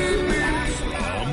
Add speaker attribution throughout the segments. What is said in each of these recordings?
Speaker 1: From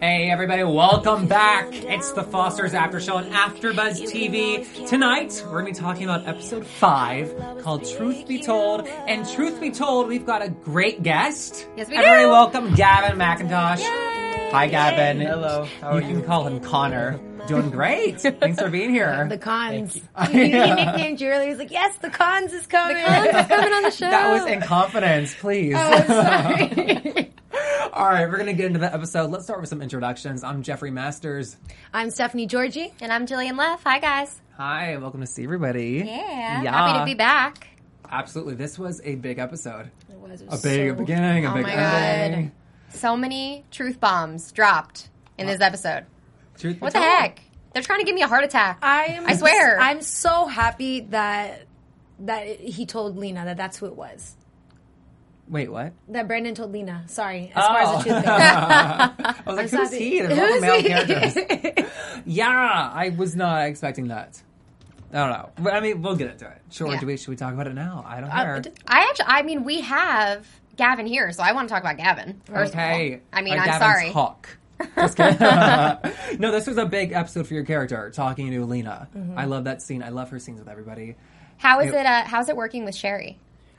Speaker 2: Hey everybody, welcome back. It's the Foster's After Show on AfterBuzz TV. Tonight, we're going to be talking about episode 5 called Truth Be Told. And truth be told, we've got a great guest.
Speaker 3: Yes, we
Speaker 2: everybody
Speaker 3: do.
Speaker 2: welcome Gavin McIntosh.
Speaker 3: Yay.
Speaker 2: Hi Gavin.
Speaker 4: Hello. How
Speaker 2: you,
Speaker 4: are
Speaker 2: can
Speaker 4: you?
Speaker 2: call him Connor. Doing great. Thanks for being here.
Speaker 3: The cons. He, he nicknamed you earlier. He's like, yes, the cons is coming. The
Speaker 2: cons is
Speaker 3: coming on the show.
Speaker 2: that was in confidence, please.
Speaker 3: Oh. sorry.
Speaker 2: All right, we're going to get into the episode. Let's start with some introductions. I'm Jeffrey Masters.
Speaker 3: I'm Stephanie Georgie.
Speaker 5: And I'm Jillian Leff. Hi, guys.
Speaker 2: Hi, welcome to see everybody.
Speaker 5: Yeah.
Speaker 2: Yeah.
Speaker 5: Happy to be back.
Speaker 2: Absolutely. This was a big episode.
Speaker 3: It was
Speaker 2: A big beginning, a
Speaker 5: Oh
Speaker 2: big
Speaker 5: my God.
Speaker 2: ending.
Speaker 5: So many truth bombs dropped in this episode.
Speaker 2: Truth be
Speaker 5: What the
Speaker 2: told.
Speaker 5: heck? They're trying to give me a heart attack.
Speaker 3: I'm,
Speaker 5: I swear.
Speaker 3: I'm so happy that that he told Lena that that's who it was.
Speaker 2: Wait, what?
Speaker 3: That Brandon told Lena. Sorry, as far as the truth goes.
Speaker 2: I was like,
Speaker 3: I'm
Speaker 2: who's
Speaker 3: sorry.
Speaker 2: he? There's all the male
Speaker 3: Who's he?
Speaker 2: characters. yeah, I was not expecting that. I don't know. But, I mean, we'll get into it. Sure.
Speaker 5: Yeah. Uh,
Speaker 2: Do we, should we talk about it now? I don't care.
Speaker 3: d-
Speaker 5: I actually, I mean, we have Gavin here, so I want to talk about Gavin. First
Speaker 2: okay.
Speaker 5: Of all. I mean,
Speaker 2: Like
Speaker 5: I'm
Speaker 2: Gavin's
Speaker 5: sorry.
Speaker 2: Hawk. Just kidding. no, this was a big episode for your character, talking to Lena.
Speaker 5: Mm-hmm.
Speaker 2: I love that scene. I love her scenes with everybody.
Speaker 5: How is it? Uh, how's it working with Sherry?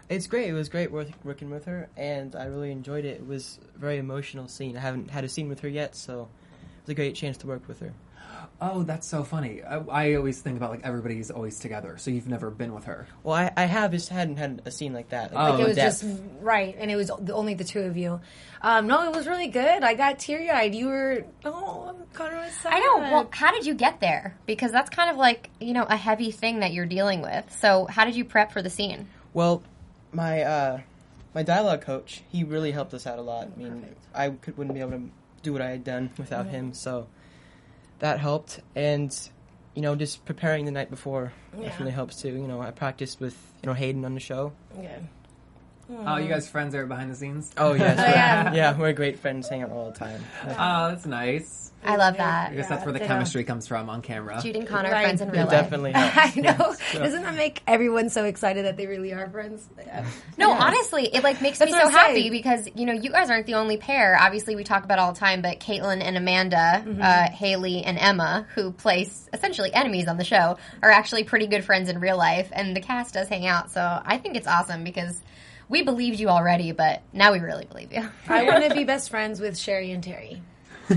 Speaker 4: It's great. It was great work, working with her, and I really enjoyed it. It was a very emotional scene. I haven't had a scene with her yet, so it was a great chance to work with her.
Speaker 2: Oh, that's so funny. I, I always think about like everybody's always together, so you've never been with her.
Speaker 4: Well, I, I have just hadn't had a scene like that.
Speaker 2: Oh.
Speaker 3: It was
Speaker 4: in-depth.
Speaker 3: just right, and it was the- only the two of you. Um, no, it was really good. I got teary eyed. You were oh, Connor was sad.
Speaker 5: I know. Well, how did you get there? Because that's kind of like you know a heavy thing that you're dealing with. So how did you prep for the scene?
Speaker 4: Well, my uh, my dialogue coach, he really helped us out a lot. I mean, I could, wouldn't be able to do what I had done without him, so that helped. And you know, just preparing the night before definitely helps too. You know, I practiced with you know Hayden on the show.
Speaker 3: yeah.
Speaker 2: Oh, you guys friends are behind the scenes.
Speaker 4: Oh yes,
Speaker 3: yeah.
Speaker 4: yeah, yeah, we're great friends, hang out all the time.
Speaker 2: Oh, that's nice.
Speaker 5: I love that.
Speaker 2: I guess that's where the
Speaker 3: Yeah.
Speaker 2: chemistry comes from on camera.
Speaker 5: Jude and Connor, are
Speaker 3: Right.
Speaker 5: friends in real
Speaker 4: It
Speaker 5: life.
Speaker 4: definitely
Speaker 3: I
Speaker 4: helps.
Speaker 3: know. Doesn't that make everyone so excited that they really are friends? Yeah.
Speaker 5: No, honestly, it like makes
Speaker 3: That's
Speaker 5: me
Speaker 3: what
Speaker 5: so
Speaker 3: I'm
Speaker 5: happy
Speaker 3: saying.
Speaker 5: because you know you guys aren't the only pair. Obviously, we talk about all the time, but Caitlin and Amanda,
Speaker 3: Mm-hmm.
Speaker 5: uh, Haley and Emma, who place essentially enemies on the show, are actually pretty good friends in real life, and the cast does hang out. So I think it's awesome because we believed you already, but now we really believe you.
Speaker 3: I want to be best friends with Sherry and Terry.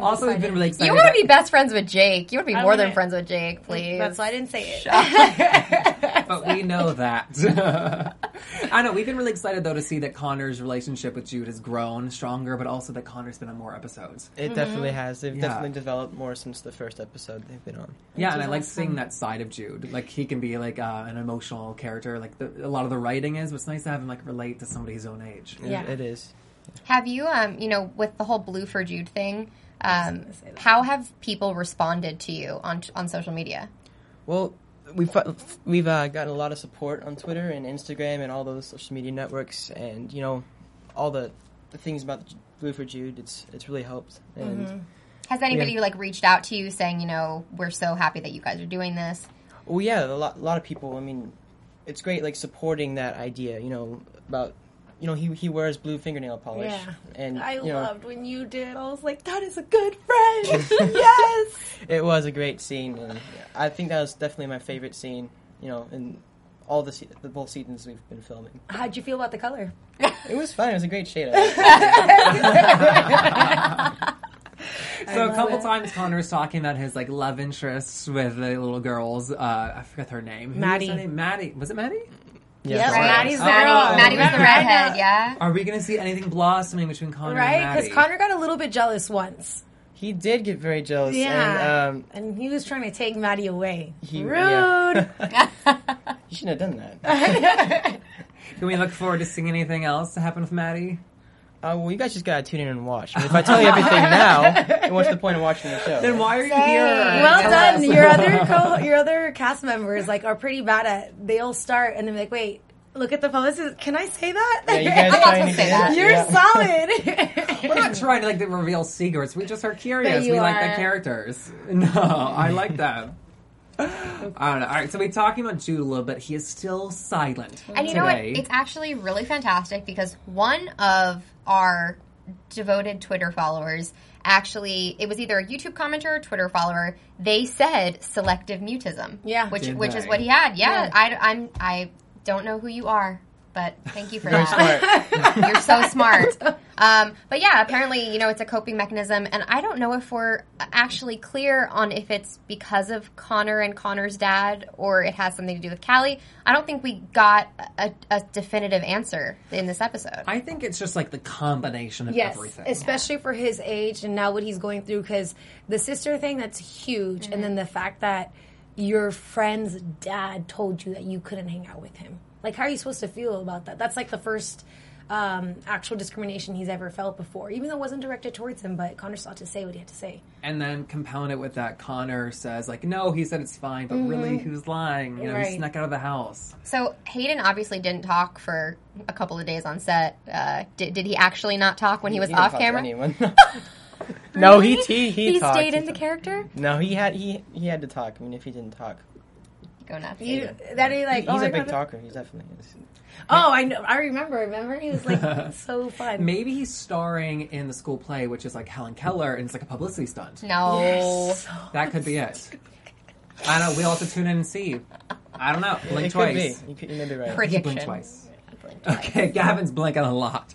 Speaker 2: also, we've been really excited.
Speaker 5: You want
Speaker 2: that-
Speaker 5: to be best friends with Jake. You want to be more than
Speaker 3: wanna-
Speaker 5: friends with Jake, please.
Speaker 3: That's why I didn't say it.
Speaker 2: but we know that. I know we've been really excited though to see that Connor's relationship with Jude has grown stronger, but also that Connor's been on more episodes.
Speaker 3: Mm-hmm.
Speaker 4: It definitely has. They've
Speaker 2: Yeah.
Speaker 4: definitely developed more since the first episode they've been on.
Speaker 2: yeah, and I like seeing that side of Jude. Like he can be like uh, an emotional character. Like the, a lot of the writing is, but it's nice to have him like relate to somebody his own age.
Speaker 4: It-
Speaker 3: Yeah.
Speaker 4: it is.
Speaker 5: Have you, um, you know, with the whole blue for Jude thing, um, how have people responded to you on on social media?
Speaker 4: Well, we've we've uh, gotten a lot of support on Twitter and Instagram and all those social media networks, and you know, all the, the things about Blue for Jude. It's it's really helped, and
Speaker 3: Mm-hmm.
Speaker 5: Has anybody like reached out to you saying, you know, we're so happy that you guys are doing this?
Speaker 4: well, yeah, a lot a lot of people. I mean, it's great like supporting that idea. You know about you know he he wears blue fingernail polish,
Speaker 3: Yeah.
Speaker 4: and
Speaker 3: I
Speaker 4: you know,
Speaker 3: loved when you did. I was like, that is a good friend. yes.
Speaker 4: it was a great scene, and I think that was definitely my favorite scene. You know, in all the, se- the both seasons we've been filming,
Speaker 3: How'd you feel about the color?
Speaker 4: it was fun. It was a great shade. I liked it.
Speaker 2: So a couple times Connor was talking about his like love interests with the little girls. Uh, I forget her name. Who was
Speaker 3: Maddie.
Speaker 2: her name? Maddie. Was it Maddie?
Speaker 3: Right.
Speaker 4: Yeah, right.
Speaker 3: Maddie's the
Speaker 5: Maddie,
Speaker 3: girl.
Speaker 5: Maddie was the
Speaker 3: Right now.
Speaker 5: redhead, yeah.
Speaker 2: Are we going to see anything blossoming between Connor and
Speaker 3: Right?
Speaker 2: Maddie?
Speaker 3: Because Connor got a little bit jealous once.
Speaker 4: He did get very jealous.
Speaker 3: Yeah.
Speaker 4: And, um,
Speaker 3: And he was trying to take Maddie away.
Speaker 4: he,
Speaker 3: Rude.
Speaker 4: yeah. you shouldn't have done that.
Speaker 2: Can we look forward to seeing anything else to happen with Maddie?
Speaker 4: Uh, well, you guys just gotta tune in and watch. I mean, if I tell you everything now, then what's the point of watching the show?
Speaker 2: Then why are you here?
Speaker 3: Well
Speaker 2: Tell
Speaker 3: done.
Speaker 2: us.
Speaker 3: Your other co- your other cast members like are pretty bad at they'll start and they're like, wait, look at the phone. This is- Can I say that?
Speaker 4: Yeah, you guys
Speaker 5: I'm
Speaker 4: trying
Speaker 5: also
Speaker 4: to
Speaker 5: say
Speaker 4: get-
Speaker 5: that.
Speaker 3: You're
Speaker 4: yeah.
Speaker 3: solid.
Speaker 2: We're not trying to like to reveal secrets. We just are curious.
Speaker 3: But you
Speaker 2: We like
Speaker 3: are.
Speaker 2: the characters. No, I like them. I don't know. All right, so we're talking about Jude a little bit. He is still silent.
Speaker 5: And
Speaker 2: today.
Speaker 5: you know what? It's actually really fantastic because one of our devoted Twitter followers actually it was either a YouTube commenter or a Twitter follower. They said selective mutism.
Speaker 3: Yeah.
Speaker 5: Which
Speaker 2: Did
Speaker 5: which is
Speaker 2: they?
Speaker 5: what he had. Yeah.
Speaker 3: Yeah.
Speaker 5: I am I don't know who you are, but thank you for
Speaker 4: Very
Speaker 5: that.
Speaker 4: smart.
Speaker 5: You're so smart. Um, but yeah, apparently, you know, it's a coping mechanism, and I don't know if we're actually clear on if it's because of Connor and Connor's dad, or it has something to do with Callie. I don't think we got a, a definitive answer in this episode.
Speaker 2: I think it's just like the combination of
Speaker 3: yes,
Speaker 2: everything.
Speaker 3: especially for his age and now what he's going through because the sister thing that's huge, and
Speaker 5: Mm-hmm.
Speaker 3: then the fact that your friend's dad told you that you couldn't hang out with him. Like, how are you supposed to feel about that? That's like the first um, actual discrimination he's ever felt before, even though it wasn't directed towards him. But Connor still had to say what he had to say.
Speaker 2: and then compound it with that Connor says like, "No, he said it's fine," but really, who's lying? You know,
Speaker 3: Mm-hmm. Right.
Speaker 2: he snuck out of the house.
Speaker 5: So Hayden obviously didn't talk for a couple of days on set. Uh, did, did he actually not talk when he was
Speaker 4: didn't
Speaker 5: off
Speaker 4: talk to
Speaker 5: camera?
Speaker 4: anyone. no, Oh, he he he,
Speaker 5: He
Speaker 4: talked.
Speaker 5: stayed
Speaker 4: He
Speaker 5: in the
Speaker 4: talked.
Speaker 5: character.
Speaker 4: No, he had he he had to talk. I mean, if he didn't talk,
Speaker 5: Go nuts.
Speaker 3: You, That he like,
Speaker 4: he's
Speaker 3: oh,
Speaker 4: a
Speaker 3: my
Speaker 4: big
Speaker 3: God.
Speaker 4: talker. He's definitely is.
Speaker 3: Oh, I know. I remember. Remember, he was like so fun.
Speaker 2: Maybe he's starring in the school play, which is like Helen Keller, and it's like a publicity stunt.
Speaker 5: No.
Speaker 2: That could be it. I don't know. We'll have to tune in and see. I don't know. Blink
Speaker 4: It could be.
Speaker 2: twice.
Speaker 4: You, could, you may be right.
Speaker 2: He
Speaker 5: Prediction.
Speaker 2: blinked twice.
Speaker 5: Blink twice.
Speaker 2: Okay, Gavin's blinking a lot.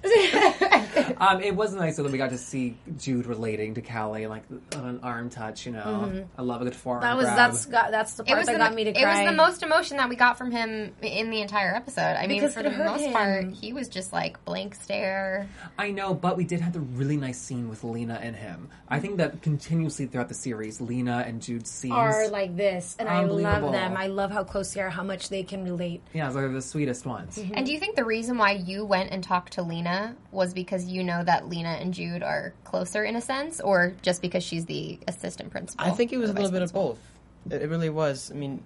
Speaker 2: um, it was nice though that we got to see Jude relating to Callie, like on an arm touch. You know, I love a good forearm.
Speaker 3: Mm-hmm. that was
Speaker 2: grab.
Speaker 3: that's got, that's the
Speaker 5: It
Speaker 3: part
Speaker 5: was,
Speaker 3: that
Speaker 5: the,
Speaker 3: got me to
Speaker 5: it was
Speaker 3: cry.
Speaker 5: the most emotion that we got from him in the entire episode. I mean,
Speaker 3: Because
Speaker 5: for
Speaker 3: it
Speaker 5: the
Speaker 3: hurt
Speaker 5: most
Speaker 3: him.
Speaker 5: part, he was just like blank stare.
Speaker 2: I know, but we did have the really nice scene with Lena and him. I think that continuously throughout the series, Lena and Jude scenes
Speaker 3: are like this, and I love
Speaker 2: Unbelievable.
Speaker 3: them. I love how close they are, how much they can relate.
Speaker 2: yeah, they're the sweetest ones.
Speaker 5: And do you think the reason why you went and talked to Lena was because you know that Lena and Jude are closer in a sense, or just because she's the assistant principal?
Speaker 4: I think it was a
Speaker 5: or
Speaker 4: little
Speaker 5: vice
Speaker 4: bit of both. It, it really was. I mean,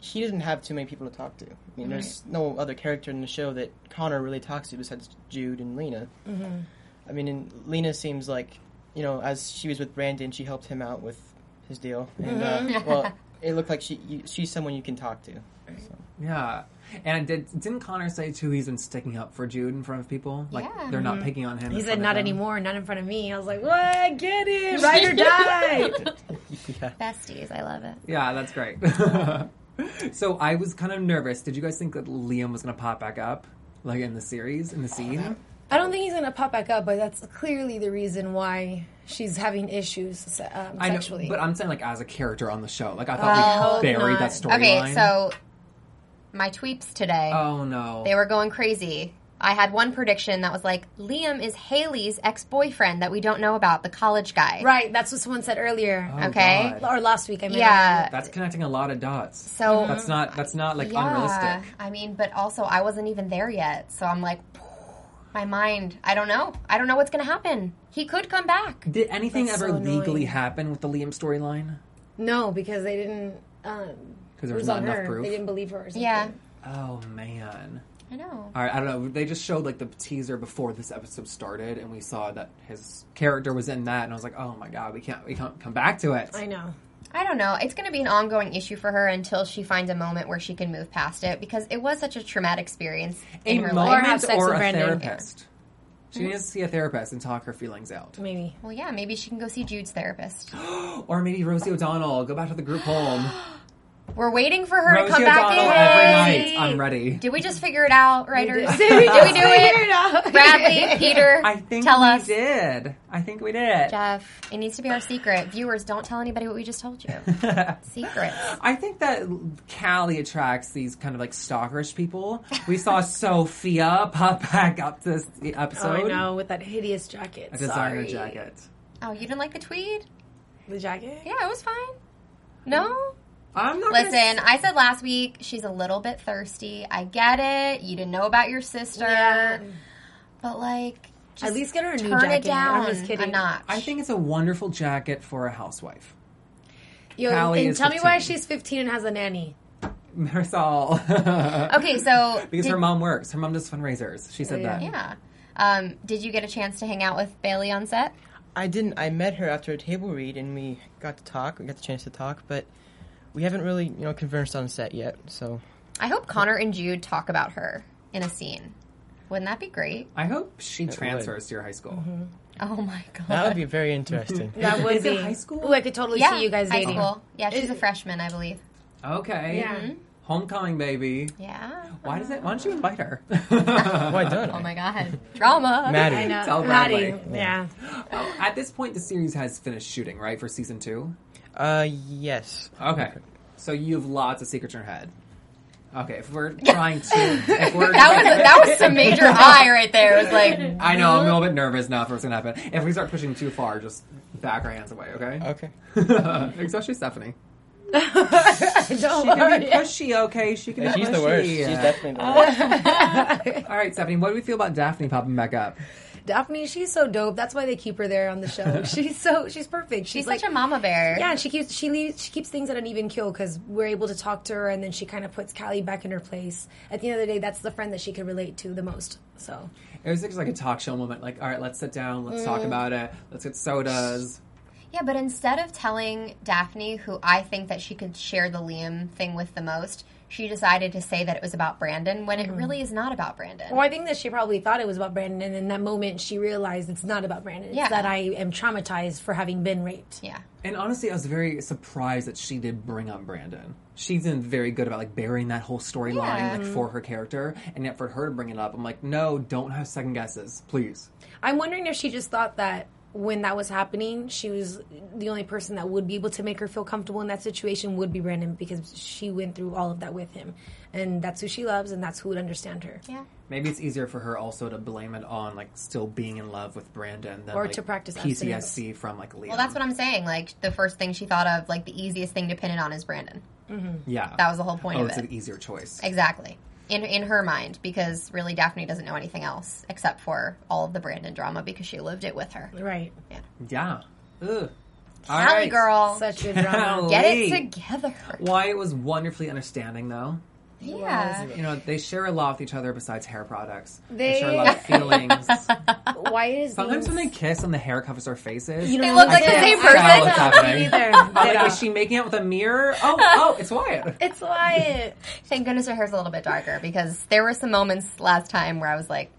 Speaker 4: she didn't have too many people to talk to. I mean, there's no other character in the show that Connor really talks to besides Jude and Lena. I mean, and Lena seems like, you know, as she was with Brandon, she helped him out with his deal. And, uh, well, it looked like she you, she's someone you can talk to. So.
Speaker 2: Yeah, and I did didn't Connor say too? He's been sticking up for Jude in front of people, like
Speaker 5: Yeah.
Speaker 2: they're not picking on him.
Speaker 3: Mm-hmm. He
Speaker 2: in
Speaker 3: said,
Speaker 2: front of
Speaker 3: "Not
Speaker 2: him."
Speaker 3: anymore, not in front of me." I was like, "What? Get it? Ride or die."
Speaker 4: Yeah.
Speaker 5: principal. Besties, I love it.
Speaker 2: Yeah, that's great. so I was kind of nervous. Did you guys think that Liam was going to pop back up, like in the series, in
Speaker 5: Oh,
Speaker 2: the scene?
Speaker 3: I don't think he's gonna pop back up, but that's clearly the reason why she's having issues um,
Speaker 2: I know,
Speaker 3: sexually.
Speaker 2: but I'm saying like as a character on the show. Like I thought
Speaker 3: hope
Speaker 2: we buried
Speaker 3: not.
Speaker 2: that storyline.
Speaker 5: Oh, Okay, so my tweeps today.
Speaker 2: oh no,
Speaker 5: They were going crazy. I had one prediction that was like, Liam is Haley's ex boyfriend that we don't know about, the college guy.
Speaker 3: right? That's what someone said earlier,
Speaker 2: Oh,
Speaker 5: okay.
Speaker 2: God.
Speaker 3: or last week. I mean,
Speaker 5: Yeah.
Speaker 2: That's connecting a lot of dots.
Speaker 5: So
Speaker 2: that's not that's not like unrealistic.
Speaker 5: I mean, but also I wasn't even there yet, so I'm like, my mind. I don't know. I don't know what's gonna happen. He could come back.
Speaker 2: Did anything
Speaker 3: That's
Speaker 2: ever
Speaker 3: so annoying.
Speaker 2: legally happen with the Liam storyline?
Speaker 3: no, because they didn't. Um,
Speaker 2: Because
Speaker 3: it
Speaker 2: there was
Speaker 3: was
Speaker 2: not
Speaker 3: on
Speaker 2: enough
Speaker 3: her. They
Speaker 2: proof.
Speaker 3: didn't believe her. Or something.
Speaker 5: Yeah,
Speaker 2: Oh man.
Speaker 5: I know.
Speaker 2: All right, I don't know. They just showed like the teaser before this episode started, and we saw that his character was in that, and I was like, oh my god, we can't we can't come back to it.
Speaker 3: I know.
Speaker 5: I don't know. It's gonna be an ongoing issue for her until she finds a moment where she can move past it because it was such a traumatic experience in her
Speaker 2: moment
Speaker 5: life.
Speaker 3: Or have sex
Speaker 2: or
Speaker 3: with
Speaker 2: a
Speaker 3: Brandon.
Speaker 2: therapist. She needs to see a therapist and talk her feelings out,
Speaker 3: Maybe.
Speaker 5: Well, yeah, maybe she can go see Jude's therapist.
Speaker 2: or maybe Rosie O'Donnell go back to the group home.
Speaker 5: We're waiting for her
Speaker 2: Rosie
Speaker 5: to come back
Speaker 2: O'Donnell
Speaker 5: in.
Speaker 2: every night. I'm ready.
Speaker 5: Did we just figure it out, writers?
Speaker 3: did.
Speaker 5: Did we do
Speaker 3: Figure it
Speaker 5: it?
Speaker 3: out.
Speaker 5: Bradley, Peter,
Speaker 2: I think
Speaker 5: tell
Speaker 2: we
Speaker 5: us.
Speaker 2: did. I think we did.
Speaker 5: Jeff, it needs to be our secret. Viewers, don't tell anybody what we just told you. Secrets.
Speaker 2: I think that Callie attracts these kind of like stalkerish people. We saw Sophia pop back up this e-,
Speaker 3: Oh,
Speaker 2: episode.
Speaker 3: I know with that hideous jacket.
Speaker 2: A designer
Speaker 3: Sorry.
Speaker 2: jacket.
Speaker 5: Oh, you didn't like the tweed?
Speaker 3: The jacket.
Speaker 5: Yeah, it was fine. No?
Speaker 2: I'm not gonna-
Speaker 5: Listen, I said last week she's a little bit thirsty. I get it. You didn't know about your sister.
Speaker 3: Yeah.
Speaker 5: But like just
Speaker 3: At least get her a new
Speaker 5: turn
Speaker 3: jacket.
Speaker 5: it down
Speaker 3: I'm just kidding.
Speaker 5: a notch.
Speaker 2: I think it's a wonderful jacket for a housewife.
Speaker 3: Yo,
Speaker 2: Callie
Speaker 3: and
Speaker 2: is
Speaker 3: tell me why
Speaker 2: 15.
Speaker 3: she's 15 and has a nanny.
Speaker 2: Marisol.
Speaker 5: Okay, so
Speaker 2: because
Speaker 5: did-
Speaker 2: her mom works. Her mom does fundraisers. She said that.
Speaker 5: Yeah. Um, did you get a chance to hang out with Bailey on set?
Speaker 4: I didn't. I met her after a table read, and we got to talk. We got the chance to talk, but we haven't really, you know, conversed on set yet. So
Speaker 5: I hope Connor and Jude talk about her in a scene. Wouldn't that be great?
Speaker 2: I hope she transfers to your high school.
Speaker 3: Mm-hmm.
Speaker 5: Oh my god.
Speaker 4: that would be very interesting.
Speaker 3: That would
Speaker 2: Is it
Speaker 3: be
Speaker 2: high school?
Speaker 3: Ooh, I could totally
Speaker 5: yeah,
Speaker 3: see you guys
Speaker 5: high
Speaker 3: dating.
Speaker 5: school. Yeah, she's a freshman, I believe.
Speaker 2: Okay.
Speaker 3: Yeah.
Speaker 2: Homecoming, baby.
Speaker 5: Yeah.
Speaker 2: Why does it? Why don't you invite her?
Speaker 4: Why don't
Speaker 5: Oh
Speaker 4: I?
Speaker 5: my god. Drama.
Speaker 4: Matter.
Speaker 3: I know.
Speaker 2: Tell
Speaker 3: Maddie.
Speaker 2: Bradley.
Speaker 3: Yeah.
Speaker 2: At this point, the series has finished shooting, right, for season two.
Speaker 4: Uh, yes.
Speaker 2: Okay. So you have lots of secrets in your head. Okay, if we're trying to, if we're
Speaker 5: That was that was some major eye right there. It was like
Speaker 2: I know I'm a little bit nervous now for what's gonna happen. If we start pushing too far, just back our hands away, okay?
Speaker 4: Okay.
Speaker 2: Especially Stephanie. She
Speaker 3: Don't
Speaker 2: can
Speaker 3: worry.
Speaker 2: be pushy, okay? She can
Speaker 4: Yeah,
Speaker 2: be
Speaker 4: she's
Speaker 2: pushy.
Speaker 4: the worst. She's definitely the worst.
Speaker 2: All right, Stephanie, what do we feel about Daphne popping back up?
Speaker 3: Daphne, she's so dope. That's why they keep her there on the show. she's so she's perfect. She's,
Speaker 5: she's
Speaker 3: like
Speaker 5: such a mama bear.
Speaker 3: yeah, and she keeps she leaves she keeps things at an even keel because we're able to talk to her, and then she kind of puts Callie back in her place. At the end of the day, that's the friend that she could relate to the most. So
Speaker 2: It was just like a talk show moment. Like, all right, let's sit down, let's talk about it, let's get sodas.
Speaker 5: Yeah, but instead of telling Daphne, who I think that she could share the Liam thing with the most, she decided to say that it was about Brandon when it really is not about Brandon.
Speaker 3: Well, I think that she probably thought it was about Brandon, and in that moment, she realized it's not about Brandon. It's
Speaker 5: Yeah.
Speaker 3: that I am traumatized for having been raped.
Speaker 5: Yeah.
Speaker 2: And honestly, I was very surprised that she did bring up Brandon. She's been very good about like burying that whole storyline
Speaker 5: Yeah.
Speaker 2: like for her character, and yet for her to bring it up, I'm like, no, don't have second guesses, please.
Speaker 3: I'm wondering if she just thought that when that was happening, she was the only person that would be able to make her feel comfortable in that situation would be Brandon because she went through all of that with him, and that's who she loves, and that's who would understand her.
Speaker 5: Yeah.
Speaker 2: Maybe it's easier for her also to blame it on like still being in love with Brandon than
Speaker 3: Or
Speaker 2: like,
Speaker 3: to practice
Speaker 2: PTSD
Speaker 3: abstinence.
Speaker 2: from like Liam.
Speaker 5: Well, that's what I'm saying. Like the first thing she thought of, like the easiest thing to pin it on is Brandon.
Speaker 2: yeah.
Speaker 5: That was the whole point
Speaker 2: oh,
Speaker 5: of
Speaker 2: it's
Speaker 5: it.
Speaker 2: an easier choice.
Speaker 5: Exactly. In in her mind, because really Daphne doesn't know anything else except for all of the Brandon drama because she lived it with her.
Speaker 3: Right.
Speaker 2: Yeah. Ugh. All
Speaker 5: Allie
Speaker 2: right.
Speaker 5: girl,
Speaker 3: Such good drama.
Speaker 5: get it
Speaker 2: Golly.
Speaker 5: together.
Speaker 2: Why it was wonderfully understanding though.
Speaker 5: Yeah.
Speaker 2: You know, they share a lot with each other besides hair products. They,
Speaker 3: They-
Speaker 2: share a lot of feelings.
Speaker 3: Why is
Speaker 2: Sometimes when
Speaker 3: these-
Speaker 2: they kiss and the hair covers their faces,
Speaker 3: You
Speaker 5: They
Speaker 3: know,
Speaker 5: look like the
Speaker 3: I
Speaker 5: same
Speaker 3: can't- I
Speaker 2: person?
Speaker 3: can't
Speaker 2: What's
Speaker 3: tell
Speaker 2: happening?
Speaker 3: either.
Speaker 2: I'm like,
Speaker 3: Yeah.
Speaker 2: is she making out with a mirror? Oh, oh, it's Wyatt.
Speaker 3: It's Wyatt.
Speaker 5: Thank goodness her hair's a little bit darker because there were some moments last time where I was like,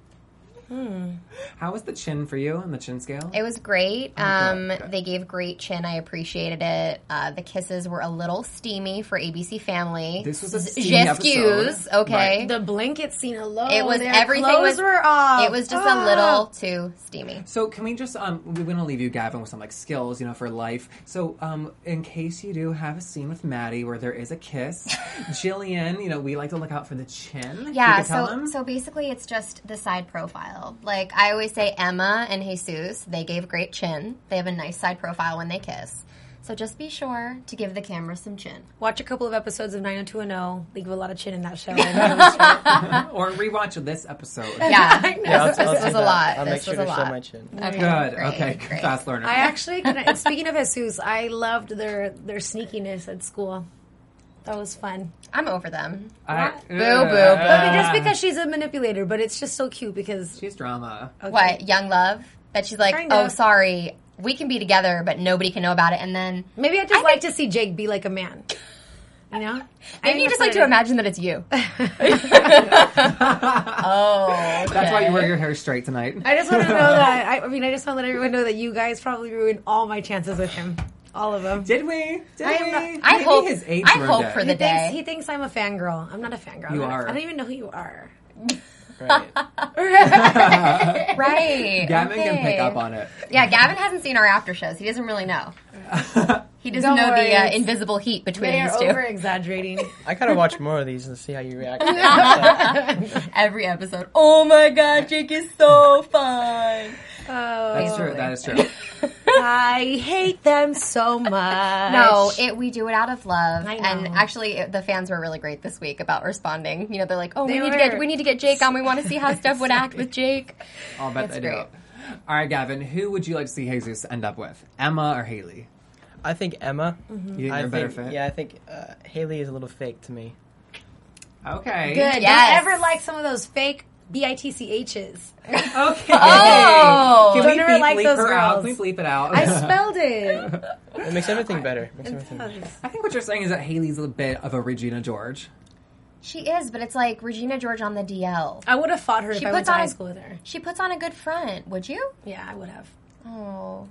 Speaker 2: How was the chin for you on the chin scale?
Speaker 5: It was great. Um,
Speaker 2: okay.
Speaker 5: They gave great chin. I appreciated it. Uh, the kisses were a little steamy for ABC Family.
Speaker 2: This was a
Speaker 5: Z-
Speaker 2: steamy
Speaker 5: Just
Speaker 2: episode.
Speaker 5: cues, okay.
Speaker 3: The blanket scene alone.
Speaker 5: It was
Speaker 3: their
Speaker 5: everything
Speaker 3: clothes
Speaker 5: was
Speaker 3: were off.
Speaker 5: It was just
Speaker 3: Ah.
Speaker 5: a little too steamy.
Speaker 2: so can we just um we're gonna leave you Gavin with some like skills you know for life. So um in case you do have a scene with Maddie where there is a kiss, Jillian, you know we like to look out for the chin. you
Speaker 5: Yeah,
Speaker 2: could tell
Speaker 5: so
Speaker 2: him.
Speaker 5: so basically it's just the side profile. Like I always say Emma and Jesus, they gave great chin. They have a nice side profile when they kiss. So just be sure to give the camera some chin.
Speaker 3: Watch a couple of episodes of 90210. They give a lot of chin in that show.
Speaker 2: or rewatch this episode.
Speaker 5: Yeah.
Speaker 4: Yeah,
Speaker 5: this this
Speaker 4: do
Speaker 5: was a
Speaker 4: that.
Speaker 5: lot.
Speaker 4: I'll
Speaker 5: this
Speaker 4: make sure
Speaker 5: was
Speaker 4: to
Speaker 5: a
Speaker 4: show
Speaker 5: lot.
Speaker 4: my chin.
Speaker 5: Okay,
Speaker 2: Good.
Speaker 5: great,
Speaker 2: okay.
Speaker 5: great.
Speaker 2: Fast learner.
Speaker 3: I actually, couldn't- speaking of Jesus, I loved their their sneakiness at school. That was fun.
Speaker 5: I'm over them.
Speaker 2: I-
Speaker 5: Boo, boo, boo.
Speaker 3: But just because she's a manipulator, but it's just so cute because
Speaker 2: She's drama.
Speaker 5: What young love that she's like,
Speaker 3: Kinda.
Speaker 5: oh, sorry, we can be together, but nobody can know about it. And then
Speaker 3: maybe I just like to see Jake be like a man. You know,
Speaker 5: maybe you just like to imagine that it's you. oh,
Speaker 2: That's why you wear your hair straight tonight.
Speaker 3: I just want to know that. I, I mean, I just want to let everyone know that you guys probably ruined all my chances with him. all of them.
Speaker 2: Did we? Did
Speaker 3: I
Speaker 2: we?
Speaker 3: am not-
Speaker 5: I
Speaker 2: Maybe
Speaker 5: hope-
Speaker 2: his age
Speaker 5: I
Speaker 2: ruined
Speaker 5: hope
Speaker 2: it.
Speaker 5: for
Speaker 3: he
Speaker 5: the
Speaker 3: thinks,
Speaker 5: day.
Speaker 3: he thinks I'm a fangirl. I'm not a fangirl.
Speaker 2: You
Speaker 3: I'm not-
Speaker 2: are.
Speaker 3: I don't even know who you are.
Speaker 4: Right.
Speaker 5: Right.
Speaker 2: Gavin can pick
Speaker 5: okay.
Speaker 2: up on it.
Speaker 5: Yeah, Gavin hasn't seen our after shows. He doesn't really know. He
Speaker 3: Don't
Speaker 5: doesn't know
Speaker 3: worry,
Speaker 5: the uh,
Speaker 3: it's-
Speaker 5: invisible heat between
Speaker 3: They
Speaker 5: these
Speaker 3: are
Speaker 5: two.
Speaker 3: over exaggerating.
Speaker 4: I gotta watch more of these and see how you react. But
Speaker 5: Every episode. Oh my god, Jake is so fun.
Speaker 3: Oh,
Speaker 2: That's true. That is true.
Speaker 3: I hate them so much.
Speaker 5: No, it, we do it out of love.
Speaker 3: I know.
Speaker 5: And actually, it, the fans were really great this week about responding. You know, they're like, "Oh,
Speaker 3: They
Speaker 5: we need to get
Speaker 3: were.
Speaker 5: we need to get Jake on. We want to see how stuff would act with Jake."
Speaker 2: I'll bet
Speaker 5: That's
Speaker 2: they do.
Speaker 5: great.
Speaker 2: All right, Gavin, who would you like to see Jesus end up with? Emma or Haley?
Speaker 4: I think Emma.
Speaker 5: Mm-hmm.
Speaker 2: You think they're
Speaker 4: I
Speaker 2: a
Speaker 4: think,
Speaker 2: better fit?
Speaker 4: Yeah, I think uh, Haley is a little fake to me.
Speaker 2: Okay.
Speaker 3: Good.
Speaker 5: Yes.
Speaker 3: Don't ever like some of those fake bitchs.
Speaker 2: Okay.
Speaker 5: Oh.
Speaker 2: Can we
Speaker 3: Don't ever
Speaker 2: bleep,
Speaker 3: like
Speaker 2: bleep
Speaker 3: those
Speaker 2: her out? Can we
Speaker 3: girls.
Speaker 2: bleep it out?
Speaker 3: I spelled it.
Speaker 4: It makes everything better. Makes everything better.
Speaker 2: I think what you're saying is that Haley's a bit of a Regina George.
Speaker 5: She is, but it's like Regina George on the DL.
Speaker 3: I would have fought her
Speaker 5: She
Speaker 3: if I
Speaker 5: puts
Speaker 3: went to
Speaker 5: on
Speaker 3: high
Speaker 5: a-
Speaker 3: school with her.
Speaker 5: She puts on a good front. Would you?
Speaker 3: Yeah, I would have.
Speaker 5: Oh,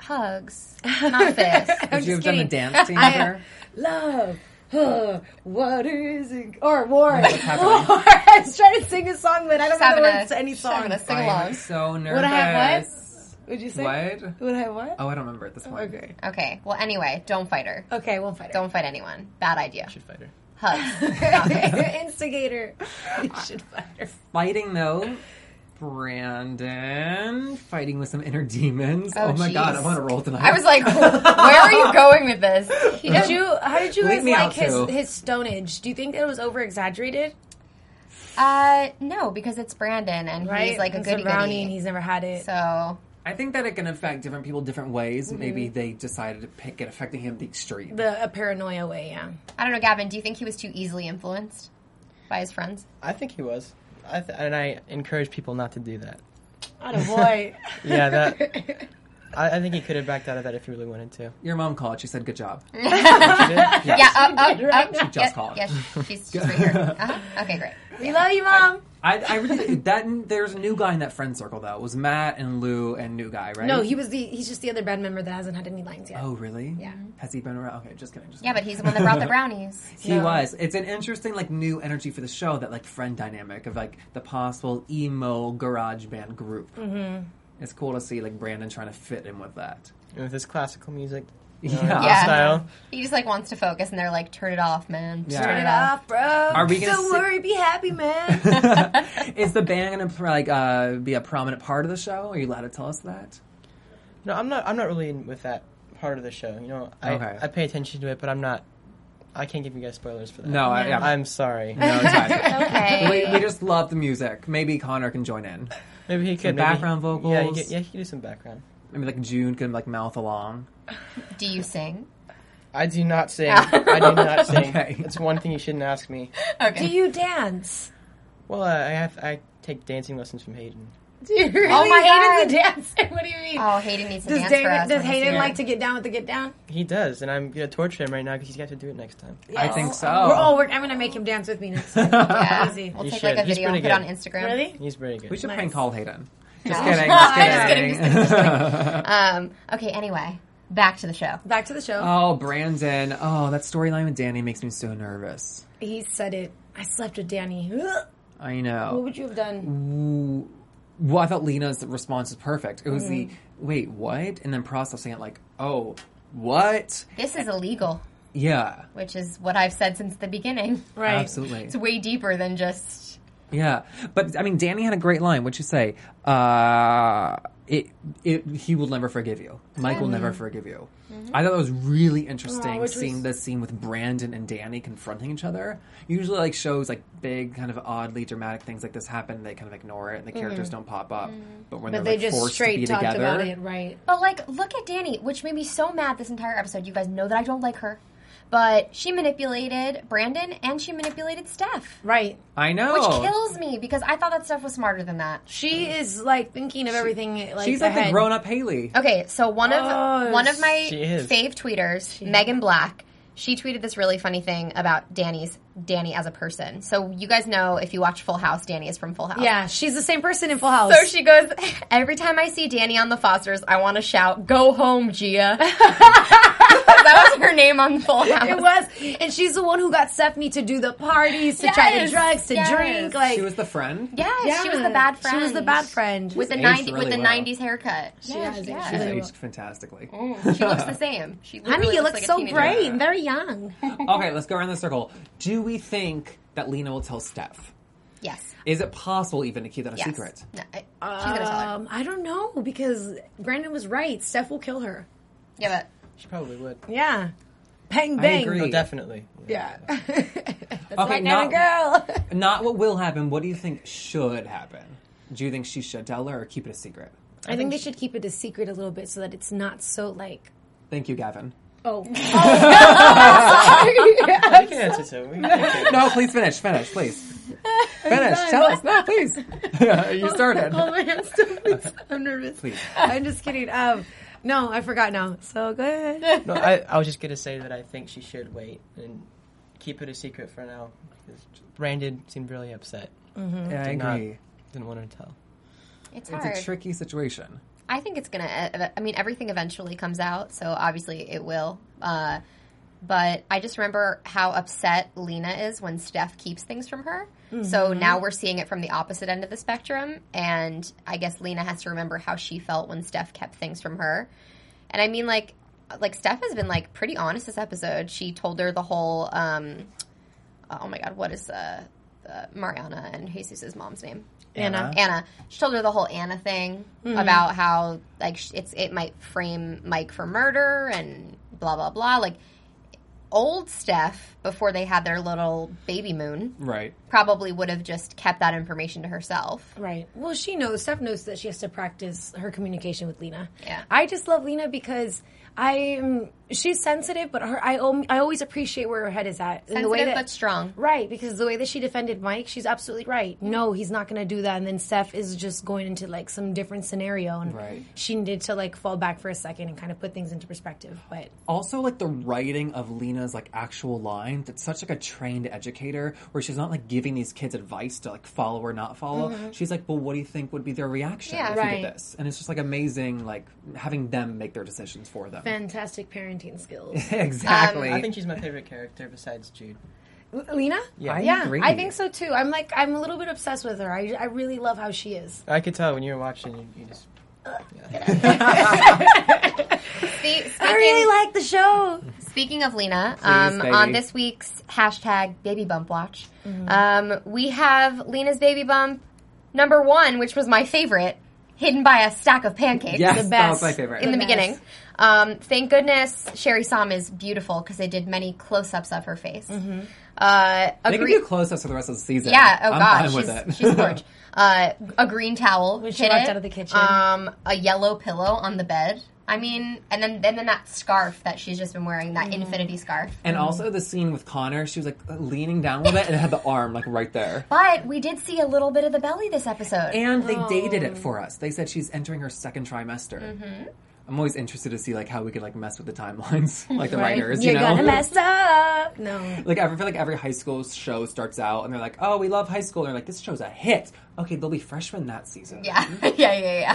Speaker 5: hugs, not fists.
Speaker 2: Would you have
Speaker 3: just
Speaker 2: done a
Speaker 3: kidding.
Speaker 2: dance team with
Speaker 3: I-
Speaker 2: her?
Speaker 3: Love. Huh, what is it? Or war. War.
Speaker 2: happening?
Speaker 3: I was trying to sing a song, but I don't know the words to any
Speaker 5: she's having
Speaker 3: song.
Speaker 5: a sing
Speaker 2: I'm
Speaker 5: along.
Speaker 2: so nervous.
Speaker 3: Would I have what? Would you say?
Speaker 2: What?
Speaker 3: Would I have what?
Speaker 2: Oh, I don't remember at this point.
Speaker 3: Okay.
Speaker 5: Okay. Well, anyway, don't fight her.
Speaker 3: Okay, we'll fight her.
Speaker 5: Don't fight anyone. Bad idea.
Speaker 4: Should fight her.
Speaker 5: Hugs.
Speaker 3: Instigator. You should fight her.
Speaker 2: Fighting though, Brandon fighting with some inner demons. Oh,
Speaker 5: Oh,
Speaker 2: my god,
Speaker 5: jeez.
Speaker 2: I'm on a roll tonight.
Speaker 5: I was like, where are you going with this?
Speaker 3: Did you? How did you
Speaker 2: Leave
Speaker 3: guys
Speaker 2: me out
Speaker 3: like his
Speaker 2: too.
Speaker 3: his Stonehenge? Do you think it was over exaggerated?
Speaker 5: Uh, no, because it's Brandon and
Speaker 3: Right?
Speaker 5: he's like a
Speaker 3: And some
Speaker 5: good
Speaker 3: brownie, and
Speaker 5: goody.
Speaker 3: he's never had it.
Speaker 5: So
Speaker 2: I think that it can affect different people different ways. Maybe they decided to pick it affecting him the extreme.
Speaker 3: The a paranoia way, yeah.
Speaker 5: I don't know, Gavin. Do you think he was too easily influenced by his friends?
Speaker 4: I think he was. I th- and I encourage people not to do that.
Speaker 3: Not a boy.
Speaker 4: Yeah, that. I, I think he could have backed out of that if he really wanted to.
Speaker 2: Your mom called. She said, "Good job."
Speaker 5: Yeah, up, up, up.
Speaker 2: She just called.
Speaker 5: Yes, she's, she's right here. Uh-huh. Okay, great.
Speaker 3: we love you, mom.
Speaker 2: I, I really that there's a new guy in that friend circle though. It was Matt and Lou and new guy, right?
Speaker 3: No, he was the he's just the other band member that hasn't had any lines yet.
Speaker 2: Oh really?
Speaker 3: Yeah.
Speaker 2: Has he been around? Okay, just kidding. Just
Speaker 5: Yeah,
Speaker 2: kidding.
Speaker 5: but he's the one that brought the brownies.
Speaker 2: He was. It's an interesting, like, new energy for the show. That like friend dynamic of like the possible emo garage band group. Mm-hmm. It's cool to see like Brandon trying to fit in with that.
Speaker 4: And with his classical music
Speaker 2: Yeah.
Speaker 5: Yeah.
Speaker 4: style.
Speaker 5: He just like wants to focus, and they're like, "Turn it off, man.
Speaker 2: Yeah.
Speaker 5: Turn
Speaker 3: Turn
Speaker 5: it
Speaker 3: it
Speaker 5: off."
Speaker 3: off, bro. Are
Speaker 2: we gonna
Speaker 3: Don't
Speaker 2: sit-
Speaker 3: worry, be happy, man.
Speaker 2: Is the band gonna like uh, be a prominent part of the show? Are you allowed to tell us that?
Speaker 4: No, I'm not. I'm not really in with that part of the show. You know, I,
Speaker 2: Okay.
Speaker 4: I pay attention to it, but I'm not. I can't give you guys spoilers for that.
Speaker 2: No, I, yeah.
Speaker 4: I'm sorry.
Speaker 2: no, it's fine.
Speaker 5: Okay.
Speaker 2: we, we just love the music. Maybe Connor can join in.
Speaker 4: Maybe he could
Speaker 2: Some
Speaker 4: maybe he-
Speaker 2: background vocals.
Speaker 4: Yeah, he could, yeah, he could do some background.
Speaker 2: Maybe like June can like mouth along.
Speaker 5: Do you sing?
Speaker 4: I do not sing. I do not sing.
Speaker 2: Okay.
Speaker 4: That's one thing you shouldn't ask me.
Speaker 3: Do you dance?
Speaker 4: Well, uh, I I have I take dancing lessons from Hayden.
Speaker 3: Do you really?
Speaker 5: Oh my
Speaker 3: Hayden's a dancer. What do you mean?
Speaker 5: Oh, Hayden needs to
Speaker 3: does
Speaker 5: dance
Speaker 3: Hayden,
Speaker 5: for us.
Speaker 3: does
Speaker 5: when he's
Speaker 3: Hayden
Speaker 5: here.
Speaker 3: like to get down with the get down?
Speaker 4: He does, and I'm gonna torture him right now because he's got to do it next time.
Speaker 2: I think so.
Speaker 3: We're all work. I'm gonna make him dance with me next time.
Speaker 5: Yeah.
Speaker 3: Easy.
Speaker 5: We'll
Speaker 4: You
Speaker 5: take
Speaker 4: should.
Speaker 5: like a
Speaker 4: He's
Speaker 5: video and put
Speaker 4: pretty
Speaker 5: it on
Speaker 4: good.
Speaker 5: Instagram.
Speaker 3: Really?
Speaker 4: He's very good.
Speaker 2: we should
Speaker 3: Nice.
Speaker 2: prank call Hayden. Just
Speaker 5: No.
Speaker 2: kidding. Just kidding.
Speaker 5: Oh, Just kidding, just kidding, just Um, okay. Anyway, back to the show.
Speaker 3: Back to the show.
Speaker 2: Oh, Brandon. Oh, that storyline with Danny makes me so nervous.
Speaker 3: he said it. I slept with Danny.
Speaker 2: I
Speaker 3: What
Speaker 2: know.
Speaker 3: would you have
Speaker 2: Mm,
Speaker 3: done?
Speaker 2: Ooh. Well, I thought Lena's response was perfect. It was
Speaker 3: Mm.
Speaker 2: the wait, what? And then processing it like, oh, what?
Speaker 5: This is illegal,
Speaker 2: Yeah,
Speaker 5: which is what I've said since the beginning.
Speaker 3: Right.
Speaker 2: absolutely.
Speaker 5: It's way deeper than just
Speaker 2: Yeah, but I mean, Danny had a great line. What'd you say? Uh, it, it, he will never forgive you. Mike will never forgive you. I thought that was really interesting
Speaker 3: Aw, Mm-hmm. which
Speaker 2: seeing
Speaker 3: was-
Speaker 2: this scene with Brandon and Danny confronting each other. Usually, like shows like big, kind of oddly dramatic things like this happen. They kind of ignore it, and the characters don't pop up. But when
Speaker 3: Mm-hmm. But
Speaker 2: they're
Speaker 3: they
Speaker 2: like,
Speaker 3: just
Speaker 2: forced to be
Speaker 3: straight talked
Speaker 2: together,
Speaker 3: about it, right?
Speaker 5: But like, look at Danny, which made me so mad this entire episode. You guys know that I don't like her, but she manipulated Brandon and she manipulated Steph,
Speaker 3: Right.
Speaker 2: I know.
Speaker 5: which kills me because I thought that Steph was smarter than that.
Speaker 3: She is like thinking of everything. Like,
Speaker 2: She's like
Speaker 3: ahead.
Speaker 2: the
Speaker 5: Oh,
Speaker 2: grown-up Haley.
Speaker 5: Okay, so one of
Speaker 3: Oh,
Speaker 5: one of my
Speaker 4: she is.
Speaker 5: fave tweeters, Megan Black, she tweeted this really funny thing about Danny's Danny as a person. So you guys know if you watch Full House, Danny is from Full House.
Speaker 3: Yeah, she's the same person in Full House.
Speaker 5: So she goes, every time I see Danny on the Fosters, I want to shout, "Go home, Gia." that was her name on Full House.
Speaker 3: it was, and she's the one who got Stephanie to do the parties, to try the
Speaker 5: Yes,
Speaker 3: drugs, to
Speaker 5: yes.
Speaker 3: drink. Like
Speaker 2: She was the friend.
Speaker 5: Yes, she was
Speaker 3: Yeah,
Speaker 5: the bad
Speaker 3: she
Speaker 5: friend.
Speaker 3: was the bad friend.
Speaker 5: with the
Speaker 2: Aged
Speaker 5: ninety with
Speaker 2: really
Speaker 5: the
Speaker 2: well.
Speaker 5: nineties haircut. She, yeah,
Speaker 3: has
Speaker 5: yeah. oh.
Speaker 3: aged
Speaker 5: she,
Speaker 2: She's
Speaker 3: really
Speaker 2: aged fantastically.
Speaker 5: looks the same. She
Speaker 3: Honey,
Speaker 5: literally
Speaker 3: you
Speaker 5: looks
Speaker 3: look
Speaker 5: like a
Speaker 3: so
Speaker 5: teenager.
Speaker 3: great and very young.
Speaker 2: Okay, let's go around the circle. Do we think that Lena will tell Steph?
Speaker 5: Yes,
Speaker 2: Is it possible even to keep that a
Speaker 5: yes.
Speaker 2: secret?
Speaker 5: No, I, she's gonna tell her.
Speaker 3: Um, I don't know because Brandon was right. Steph will kill her.
Speaker 5: Yeah,
Speaker 4: She probably would.
Speaker 3: Yeah. Bang
Speaker 2: I
Speaker 3: bang.
Speaker 2: agree.
Speaker 4: No, definitely.
Speaker 3: Yeah.
Speaker 2: okay,
Speaker 3: Now girl.
Speaker 2: not what will happen. What do you think should happen? Do you think she should tell her or keep it a secret?
Speaker 3: I think they should keep it a secret a little bit so that it's not so like.
Speaker 2: Thank you, Gavin.
Speaker 3: Oh.
Speaker 4: You can answer too. We can answer.
Speaker 2: No, please finish. Finish, please. Finish. Tell us. No, please. you
Speaker 3: oh
Speaker 2: started.
Speaker 3: my God, stop it. I'm nervous.
Speaker 2: Please.
Speaker 3: I'm just kidding. Um, no, I forgot now. So go ahead.
Speaker 4: No, I, I was just gonna say that I think she should wait and keep it a secret for now. Because Brandon seemed really upset.
Speaker 2: Yeah, I
Speaker 4: Did not-
Speaker 2: agree.
Speaker 4: Didn't want to tell.
Speaker 5: it's
Speaker 2: It's
Speaker 5: Um, hard.
Speaker 2: a tricky situation.
Speaker 5: I think it's gonna. uh, I mean, everything eventually comes out, so obviously it will. Uh, but I just remember how upset Lena is when Steph keeps things from her. So now we're seeing it from the opposite end of the spectrum, and I guess Lena has to remember how she felt when Steph kept things from her. And I mean, like, like Steph has been like pretty honest this episode. She told her the whole. Um, oh my God, what is uh, uh, Mariana and Jesus' mom's name?
Speaker 3: Anna.
Speaker 5: Anna. She told her the whole Anna thing about how like sh- it's it might frame Mike for murder and blah blah blah. Like old Steph before they had their little baby moon
Speaker 2: Right.
Speaker 5: probably would have just kept that information to herself.
Speaker 3: Right. Well, she knows. Steph knows that she has to practice her communication with Lena.
Speaker 5: Yeah.
Speaker 3: I just love Lena because I'm. She's sensitive, but her. I. om- I always appreciate where her head is at. And
Speaker 5: Sensitive but strong.
Speaker 3: Right, because the way that she defended Mike, she's absolutely right. No, he's not going to do that. And then Steph is just going into like some different scenario, and
Speaker 2: Right.
Speaker 3: she needed to like fall back for a second and kind of put things into perspective. But
Speaker 2: also like the writing of Lena's like actual lines. It's such like a trained educator where she's not like giving these kids advice to like follow or not follow. She's like, well, what do you think would be their reaction
Speaker 5: Mm-hmm. Yeah,
Speaker 2: if you
Speaker 3: right.
Speaker 2: did this? And it's just like amazing, like having them make their decisions for them.
Speaker 3: fantastic parenting skills,
Speaker 2: exactly.
Speaker 4: I think she's my favorite character besides Jude.
Speaker 3: L- Lena.
Speaker 4: Yeah. I
Speaker 3: yeah,
Speaker 2: agree.
Speaker 3: I think so too. I'm like, I'm a little bit obsessed with her. I, I really love how she is.
Speaker 4: I could tell when you were watching. You, you just
Speaker 5: See, speaking,
Speaker 3: I really like the show.
Speaker 5: speaking of Lena, um,
Speaker 2: baby.
Speaker 5: on this week's hashtag Baby Bump Watch, um, we have Lena's baby bump number one, which was my favorite, hidden by a stack of pancakes.
Speaker 2: yes, that was
Speaker 3: best.
Speaker 2: my favorite.
Speaker 5: in the
Speaker 3: Yes.
Speaker 5: beginning. Um, thank goodness Sherry Som is beautiful because they did many close-ups of her face. Uh, a
Speaker 2: they can
Speaker 5: green-
Speaker 2: do close-ups for the rest of the season.
Speaker 5: yeah. Oh
Speaker 2: I'm
Speaker 5: God,
Speaker 2: fine
Speaker 5: she's
Speaker 2: with it.
Speaker 5: she's gorgeous. Uh, a green towel.
Speaker 3: When she
Speaker 5: hid
Speaker 3: walked
Speaker 5: it.
Speaker 3: out of the kitchen.
Speaker 5: Um, a yellow pillow on the bed. I mean, and then and then that scarf that she's just been wearing, that
Speaker 3: Mm-hmm.
Speaker 5: infinity scarf.
Speaker 2: and also the scene with Connor, she was like leaning down with it and had the arm like right there.
Speaker 5: But we did see a little bit of the belly this episode.
Speaker 2: And they dated it for us. They said she's entering her second trimester. I'm always interested to see like how we could like mess with the timelines, like the writers, you
Speaker 3: You're
Speaker 2: know.
Speaker 3: gonna mess up. No,
Speaker 2: like I feel like every high school show starts out and they're like, "Oh, we love high school," and they're like, "This show's a hit." Okay, they'll be freshmen that season.
Speaker 5: yeah, yeah, yeah, yeah.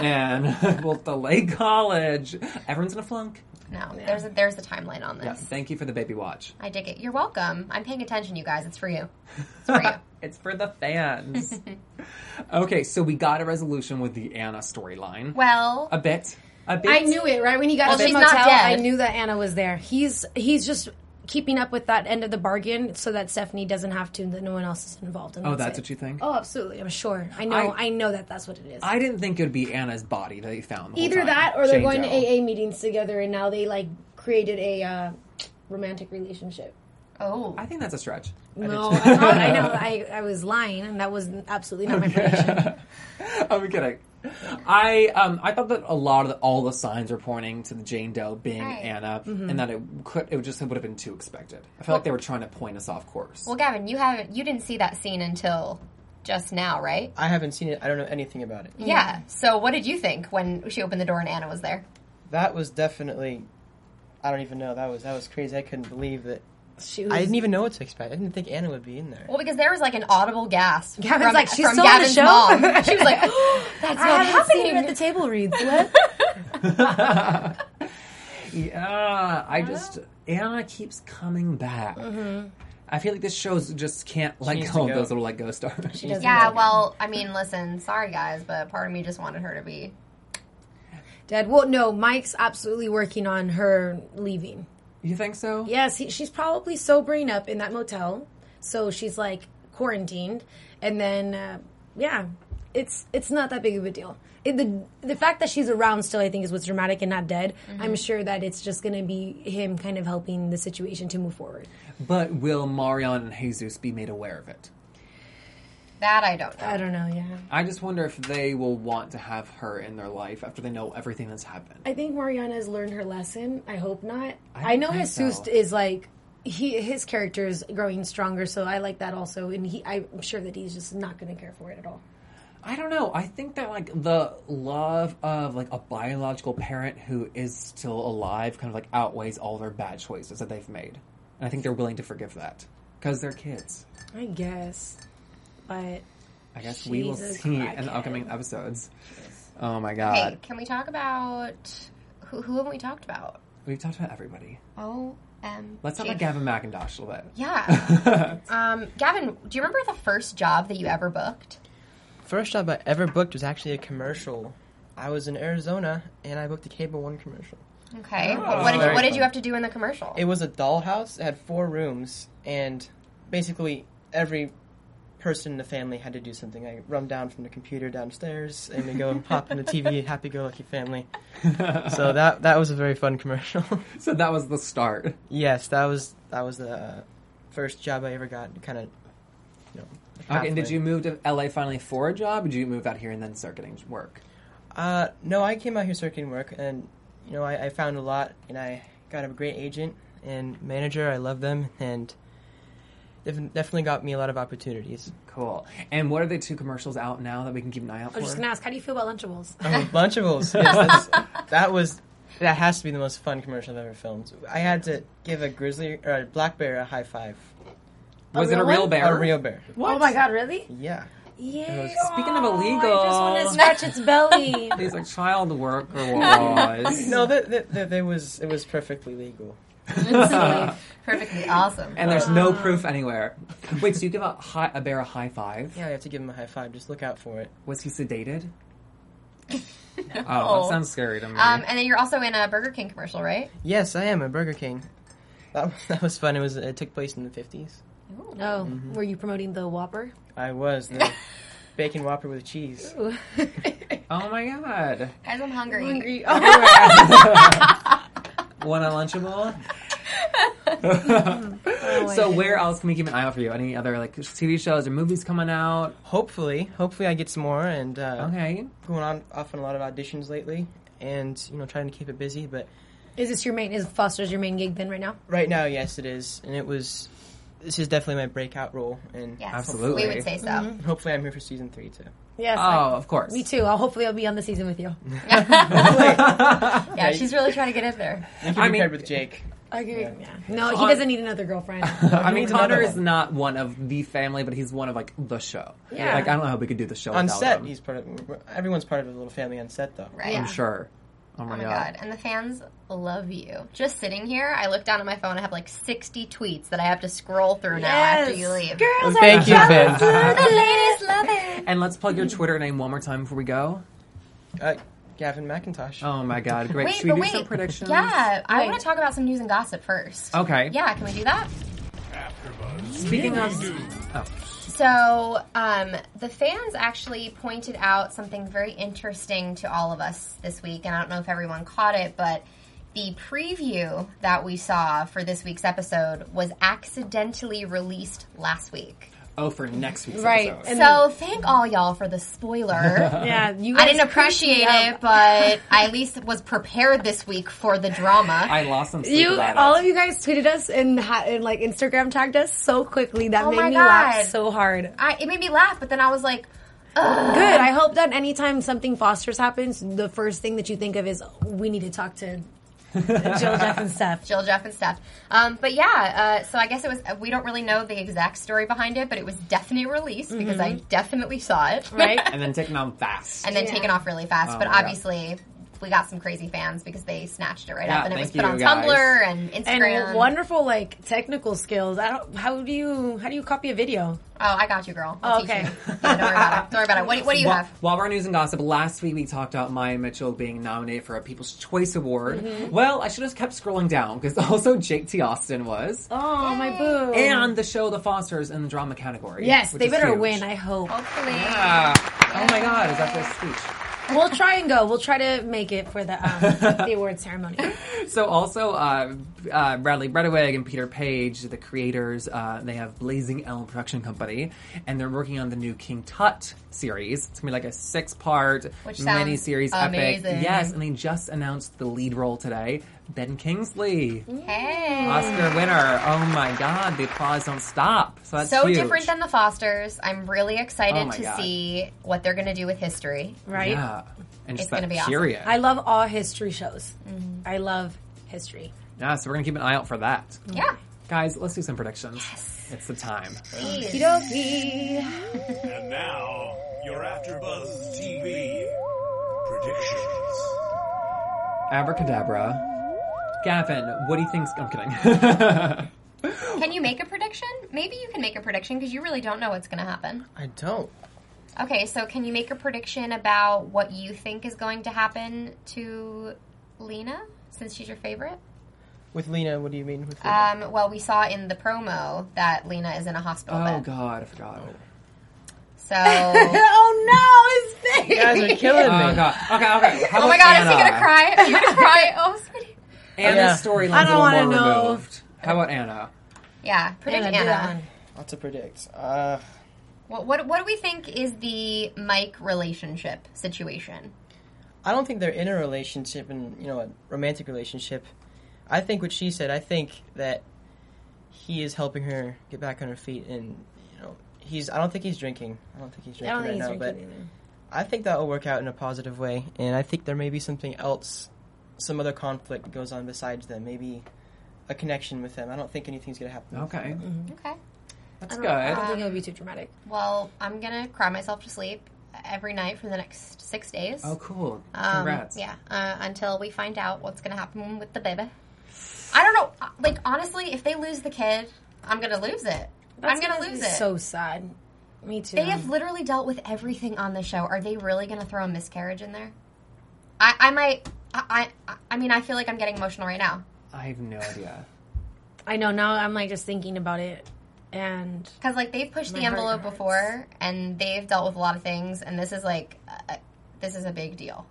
Speaker 2: And we'll delay college. Everyone's gonna flunk.
Speaker 5: No, there's a, there's a timeline on this.
Speaker 2: Yeah. Thank you for the baby watch.
Speaker 5: I dig it. You're welcome. I'm paying attention, you guys. It's for you. It's for you.
Speaker 2: It's for the fans. okay, so we got a resolution with the Anna storyline.
Speaker 5: Well,
Speaker 2: a bit. A bit.
Speaker 3: I knew it right when he got
Speaker 5: Well,
Speaker 3: to the
Speaker 5: she's not
Speaker 3: motel. I
Speaker 5: dead.
Speaker 3: knew that Anna was there. He's he's just keeping up with that end of the bargain so that Stephanie doesn't have to, and that no one else is involved. And
Speaker 2: Oh, that's
Speaker 3: it.
Speaker 2: what you think?
Speaker 3: Oh, absolutely. I'm sure. I know.
Speaker 2: I-
Speaker 3: I, know that that's what it is.
Speaker 2: I didn't think it would be Anna's body that they found. the whole
Speaker 3: Either
Speaker 2: time.
Speaker 3: that, or they're
Speaker 2: Jane
Speaker 3: going
Speaker 2: Doe.
Speaker 3: to AA meetings together, and now they like created a uh, romantic relationship.
Speaker 5: oh,
Speaker 2: I think that's a stretch.
Speaker 3: No, I, know- I know. I, I was lying, and that was absolutely not my prediction.
Speaker 2: I'm kidding. I um I thought that a lot of the, all the signs were pointing to the Jane Doe being
Speaker 5: Right.
Speaker 2: Anna, and that it could it just would have been too expected. I feel like they were trying to point us off course.
Speaker 5: Well, Gavin, you haven't you didn't see that scene until just now, right?
Speaker 2: Uh,
Speaker 4: I haven't seen it. I don't know anything about it.
Speaker 2: mm.
Speaker 5: Yeah. So, what did you think when she opened the door and Anna was there?
Speaker 4: That was definitely I don't even know. That was that was crazy. I couldn't believe that.
Speaker 3: She was,
Speaker 4: I didn't even know what to expect. I didn't think Anna would be in there.
Speaker 5: Well, because there was like an audible gasp
Speaker 3: Gavin's
Speaker 5: from,
Speaker 3: like, "She's
Speaker 5: from
Speaker 3: still on the
Speaker 5: Gavin's
Speaker 3: show?"
Speaker 5: mom. She was like, "Oh, "That's
Speaker 3: I
Speaker 5: not
Speaker 3: haven't
Speaker 5: happening."
Speaker 3: seen her at the table reads. What?
Speaker 2: Yeah, I just Anna keeps coming back.
Speaker 3: Mm-hmm.
Speaker 2: I feel like this show's just can't let
Speaker 4: needs
Speaker 2: go
Speaker 4: to
Speaker 2: of
Speaker 4: go.
Speaker 2: those little let go stars.
Speaker 3: She doesn't
Speaker 5: yeah,
Speaker 3: like it.
Speaker 5: well, I mean, listen, sorry guys, but part of me just wanted her to be.
Speaker 3: Dad. Well, no. Mike's absolutely working on her leaving.
Speaker 2: You think so?
Speaker 3: Yes, he, she's probably sobering up in that motel, so she's like quarantined, and then uh, yeah, it's it's not that big of a deal. It, the the fact that she's around still, I think, is what's dramatic and not dead. I'm sure that it's just gonna be him kind of helping the situation to move forward.
Speaker 2: But will Marion and Jesus be made aware of it?
Speaker 5: That I don't know.
Speaker 3: I don't know. Yeah,
Speaker 2: I just wonder if they will want to have her in their life after they know everything that's happened.
Speaker 3: I think Mariana has learned her lesson. I hope not.
Speaker 2: don't
Speaker 3: I, know
Speaker 2: think
Speaker 3: Jesus
Speaker 2: so.
Speaker 3: is like he his character is growing stronger, so I like that also, and he I'm sure that he's just not gonna care for it at all.
Speaker 2: I don't know. I think that like the love of like a biological parent who is still alive kind of like outweighs all their bad choices that they've made, and I think they're willing to forgive that because they're kids.
Speaker 3: I guess, but.
Speaker 2: I guess we will
Speaker 3: Jesus,
Speaker 2: see
Speaker 3: I
Speaker 2: in the
Speaker 3: can.
Speaker 2: upcoming episodes. Oh my
Speaker 5: Hey,
Speaker 2: god,
Speaker 5: can we talk about who, who haven't we talked about?
Speaker 2: we've talked about everybody.
Speaker 5: O M.
Speaker 2: Let's talk about Gavin McIntosh a little bit.
Speaker 5: Yeah. um, Gavin, do you remember the first job that you ever booked?
Speaker 4: First job I ever booked was actually a commercial. I was in Arizona and I booked a Cable One commercial.
Speaker 5: Okay.
Speaker 3: Oh.
Speaker 5: what did you,
Speaker 4: Very
Speaker 5: what did
Speaker 4: fun.
Speaker 5: you have to do in the commercial?
Speaker 4: It was a dollhouse. It had four rooms, and basically every person in the family had to do something. I run down from the computer downstairs, and we go and pop in the TV. Happy go lucky family. so that that was a very fun commercial.
Speaker 2: So that was the start.
Speaker 4: yes, that was that was the uh, first job I ever got. Kind of, you know.
Speaker 2: Okay, and did
Speaker 4: halfway.
Speaker 2: you move to LA finally for a job? Or did you move out here and then start getting work?
Speaker 4: Uh, no, I came out here circuiting work, and you know, I, I found a lot, and I got a great agent and manager. I love them, and def- definitely got me a lot of opportunities.
Speaker 2: Cool. And what are the two commercials out now that we can keep an eye out
Speaker 3: I
Speaker 2: for?
Speaker 3: was just gonna ask, how do you feel about Lunchables?
Speaker 4: Oh, Lunchables. yes, that's, that was that has to be the most fun commercial I've ever filmed. I had to give a grizzly or a black bear a high five.
Speaker 2: was it a
Speaker 3: real
Speaker 2: real
Speaker 3: one?
Speaker 2: bear?
Speaker 4: A real bear.
Speaker 3: Oh my god, really?
Speaker 4: Yeah.
Speaker 3: Yeah.
Speaker 2: Uh,
Speaker 3: Oh,
Speaker 2: Speaking of
Speaker 3: I just want
Speaker 2: illegal.
Speaker 3: to scratch its belly.
Speaker 2: These are child worker laws.
Speaker 4: No, that that that that was it was perfectly legal.
Speaker 2: uh,
Speaker 5: Perfectly awesome.
Speaker 2: And there's no proof anywhere. Wait, so you give a, high, a bear a high five?
Speaker 4: Yeah, you have to give him a high five. Just look out for it.
Speaker 2: Was he sedated? Oh,
Speaker 5: No.
Speaker 2: that sounds scary to me.
Speaker 5: um, and then you're also in a Burger King commercial, right?
Speaker 4: Yes, I am a Burger King. That, that was fun. It was it took place in the fifties.
Speaker 3: Oh,
Speaker 2: Mm-hmm.
Speaker 3: were you promoting the Whopper?
Speaker 4: I was the bacon whopper with cheese.
Speaker 2: oh my god.
Speaker 5: Guys, I'm hungry.
Speaker 3: Hungry.
Speaker 2: Want a Lunchable?
Speaker 3: Oh,
Speaker 2: So
Speaker 3: I-
Speaker 2: where else can we keep an eye out for you? Any other like TV shows or movies coming out?
Speaker 4: Hopefully, hopefully I get some more and uh,
Speaker 2: Okay.
Speaker 4: going on off on a lot of auditions lately, and you know trying to keep it busy, but.
Speaker 3: is this your main? Is Foster's your main gig then right now?
Speaker 4: Right now, yes, it is, and it was. This is definitely my breakout role, and
Speaker 5: Yes,
Speaker 2: Absolutely.
Speaker 5: We would say so.
Speaker 4: hopefully, I'm here for season three too.
Speaker 3: Yes.
Speaker 2: Oh, of course.
Speaker 3: me too. I'll, hopefully, I'll be on the season with you.
Speaker 5: Yeah, she's really trying to get in there.
Speaker 4: You can
Speaker 2: I
Speaker 4: be
Speaker 2: mean-
Speaker 4: paired with Jake.
Speaker 3: Okay. Yeah. No, he doesn't need another girlfriend.
Speaker 2: I mean,
Speaker 4: needs
Speaker 2: Connor
Speaker 4: another
Speaker 2: is
Speaker 4: one.
Speaker 2: not one of the family, but he's one of like the show.
Speaker 3: Yeah.
Speaker 2: Like I don't know how we could do the show
Speaker 4: On
Speaker 2: without
Speaker 4: set,
Speaker 2: him.
Speaker 4: he's part of. Everyone's part of a little family on set, though.
Speaker 5: Right.
Speaker 3: Yeah.
Speaker 2: I'm sure. Oh my,
Speaker 5: Oh my god. And the fans love you. Just sitting here, I look down at my phone. I have like 60 tweets that I have to scroll through now after you leave.
Speaker 3: Girls
Speaker 4: Thank you, Ben.
Speaker 5: The ladies love it.
Speaker 2: And let's plug your Twitter name one more time before we go.
Speaker 4: Uh, Gavin McIntosh.
Speaker 2: Oh my god, great.
Speaker 5: Wait,
Speaker 2: Should we
Speaker 5: but
Speaker 2: do
Speaker 5: wait.
Speaker 2: some predictions?
Speaker 5: Yeah, I want to talk about some news and gossip first.
Speaker 2: Okay.
Speaker 5: Yeah, can we do that?
Speaker 2: Speaking of
Speaker 5: So, um, the fans actually pointed out something very interesting to all of us this week, and I don't know if everyone caught it, but the preview that we saw for this week's episode was accidentally released last week.
Speaker 2: Oh for next week's
Speaker 3: Right.
Speaker 2: episode.
Speaker 3: And
Speaker 5: so, thank all y'all for the spoiler.
Speaker 3: Yeah, you.
Speaker 5: I
Speaker 3: guys
Speaker 5: didn't
Speaker 3: cracked me
Speaker 5: appreciate
Speaker 3: up.
Speaker 5: it, but I at least was prepared this week for the drama.
Speaker 2: I lost some sleep
Speaker 3: You,
Speaker 2: about
Speaker 3: all
Speaker 2: it.
Speaker 3: of you guys tweeted us and, ha- and like Instagram tagged us so quickly that
Speaker 5: Oh
Speaker 3: made
Speaker 5: my
Speaker 3: me laugh
Speaker 5: God.
Speaker 3: so hard.
Speaker 5: I, it made me laugh, but then I was like,
Speaker 3: Good. I hope that anytime something Foster's happens, the first thing that you think of is we need to talk to Jill, Jeff, and Steph.
Speaker 5: Jill, Jeff, and Steph. Um, but yeah, uh, so I guess it was. We don't really know the exact story behind it, but it was definitely released because
Speaker 2: Mm-hmm.
Speaker 5: I definitely saw it,
Speaker 3: Right?
Speaker 2: and then taken on fast.
Speaker 5: and then taken off really fast.
Speaker 2: Oh,
Speaker 5: but
Speaker 2: yeah.
Speaker 5: obviously, we got some crazy fans because they snatched it right
Speaker 2: Yeah,
Speaker 5: up, and it was
Speaker 2: thank
Speaker 5: put
Speaker 2: you,
Speaker 5: on
Speaker 2: guys.
Speaker 5: Tumblr and
Speaker 3: and
Speaker 5: Instagram.
Speaker 3: wonderful like technical skills. I don't. How do you how do you copy a video?
Speaker 5: oh, I got you, girl.
Speaker 3: Oh,
Speaker 5: I'll teach
Speaker 3: okay.
Speaker 5: you. Yeah, don't worry about it. Don't worry about it. What do, what do you
Speaker 2: While,
Speaker 5: have?
Speaker 2: while we're on news and gossip, last week we talked about Maya Mitchell being nominated for a People's Choice Award.
Speaker 5: Mm-hmm.
Speaker 2: Well, I should have kept scrolling down because also Jake T. Austin was.
Speaker 3: Oh my boo!
Speaker 2: And the show The Fosters in the drama category.
Speaker 3: yes,
Speaker 2: which
Speaker 3: they
Speaker 2: is
Speaker 3: better
Speaker 2: huge.
Speaker 3: win. I hope.
Speaker 5: Hopefully,
Speaker 2: Yeah. Oh my god, is that their speech?
Speaker 3: We'll try and go. We'll try to make it for the um, the award ceremony.
Speaker 2: So also uh, uh, Bradley Bredewig and Peter Page, the creators, uh, they have Blazing Elm Production Company, and they're working on the new King Tut series. It's gonna be like a six-part
Speaker 5: Which
Speaker 2: mini
Speaker 5: sounds
Speaker 2: series epic.
Speaker 5: amazing.
Speaker 2: Yes, and they just announced the lead role today, Ben Kingsley,
Speaker 5: hey.
Speaker 2: Oscar winner. Oh my God, the applause don't stop. So that's
Speaker 5: so
Speaker 2: huge.
Speaker 5: different than the Fosters. I'm really
Speaker 2: Oh
Speaker 5: excited
Speaker 2: my
Speaker 5: to
Speaker 2: God. Mm-hmm.
Speaker 5: see what they're going to do with history.
Speaker 3: Right?
Speaker 2: Yeah, and just
Speaker 5: It's gonna
Speaker 2: that
Speaker 5: be awesome.
Speaker 2: period.
Speaker 3: I love all history shows.
Speaker 5: Mm-hmm.
Speaker 3: I love history.
Speaker 2: yeah, so we're gonna keep an eye out for that,
Speaker 5: Yeah.
Speaker 2: guys. Let's do some predictions. It's the time.
Speaker 6: And now, your AfterBuzz TV predictions.
Speaker 2: Abracadabra. Gavin, what do you think's I'm kidding.
Speaker 5: Can you make a prediction? Maybe you can make a prediction because you really don't know what's going to happen.
Speaker 4: I don't.
Speaker 5: Okay, so can you make a prediction about what you think is going to happen to Lena since she's your favorite?
Speaker 4: With Lena, what do you mean? With Lena?
Speaker 5: Um, well, we saw in the promo that Lena is in a hospital
Speaker 2: oh
Speaker 5: bed.
Speaker 2: god, I forgot.
Speaker 5: So, oh
Speaker 3: Oh no, his
Speaker 4: you guys are killing me.
Speaker 2: Oh god. Okay, okay. How
Speaker 5: Oh my
Speaker 2: about
Speaker 5: god,
Speaker 2: Anna?
Speaker 5: is he gonna cry? Is he gonna cry? Oh, sweetie.
Speaker 2: Anna's
Speaker 4: Yeah.
Speaker 2: storyline's
Speaker 3: I
Speaker 2: a
Speaker 3: don't
Speaker 2: little more
Speaker 3: wanna know.
Speaker 2: removed. How about Anna?
Speaker 5: Yeah, predict Anna.
Speaker 4: Not to predict. Uh,
Speaker 5: What, what what do we think is the Mike relationship situation?
Speaker 4: I don't think they're in a relationship and you know a romantic relationship. I think what she said. I think that he is helping her get back on her feet, and you know he's. I don't think he's drinking. I don't think he's
Speaker 3: I
Speaker 4: drinking
Speaker 3: don't think
Speaker 4: right
Speaker 3: he's
Speaker 4: now.
Speaker 3: drinking
Speaker 4: but
Speaker 3: either.
Speaker 4: I think that will work out in a positive way, and I think there may be something else, some other conflict that goes on besides them. Maybe a connection with them. I don't think anything's gonna happen. with
Speaker 2: Okay.
Speaker 4: them.
Speaker 5: Okay.
Speaker 2: That's
Speaker 3: I
Speaker 2: good.
Speaker 3: don't, I don't think it'll be too dramatic.
Speaker 5: Well, I'm gonna cry myself to sleep every night for the next six days.
Speaker 2: oh cool.
Speaker 5: Um,
Speaker 2: Congrats.
Speaker 5: yeah, uh, until we find out what's going to happen with the baby. I don't know. uh, Like, honestly, if they lose the kid, I'm going to lose it. I'm going to lose it.
Speaker 3: So sad. Me too. Um,
Speaker 5: they have literally dealt with everything on the show. Are they really going to throw a miscarriage in there? I, I might. I, I, I mean, I feel like I'm getting emotional right now
Speaker 2: I have no idea.
Speaker 3: I know. Now I'm like just thinking about it, and
Speaker 5: because, like, they've pushed the
Speaker 3: My heart
Speaker 5: envelope
Speaker 3: hurts.
Speaker 5: before, and they've dealt with a lot of things, and this is like, uh, this is a big deal.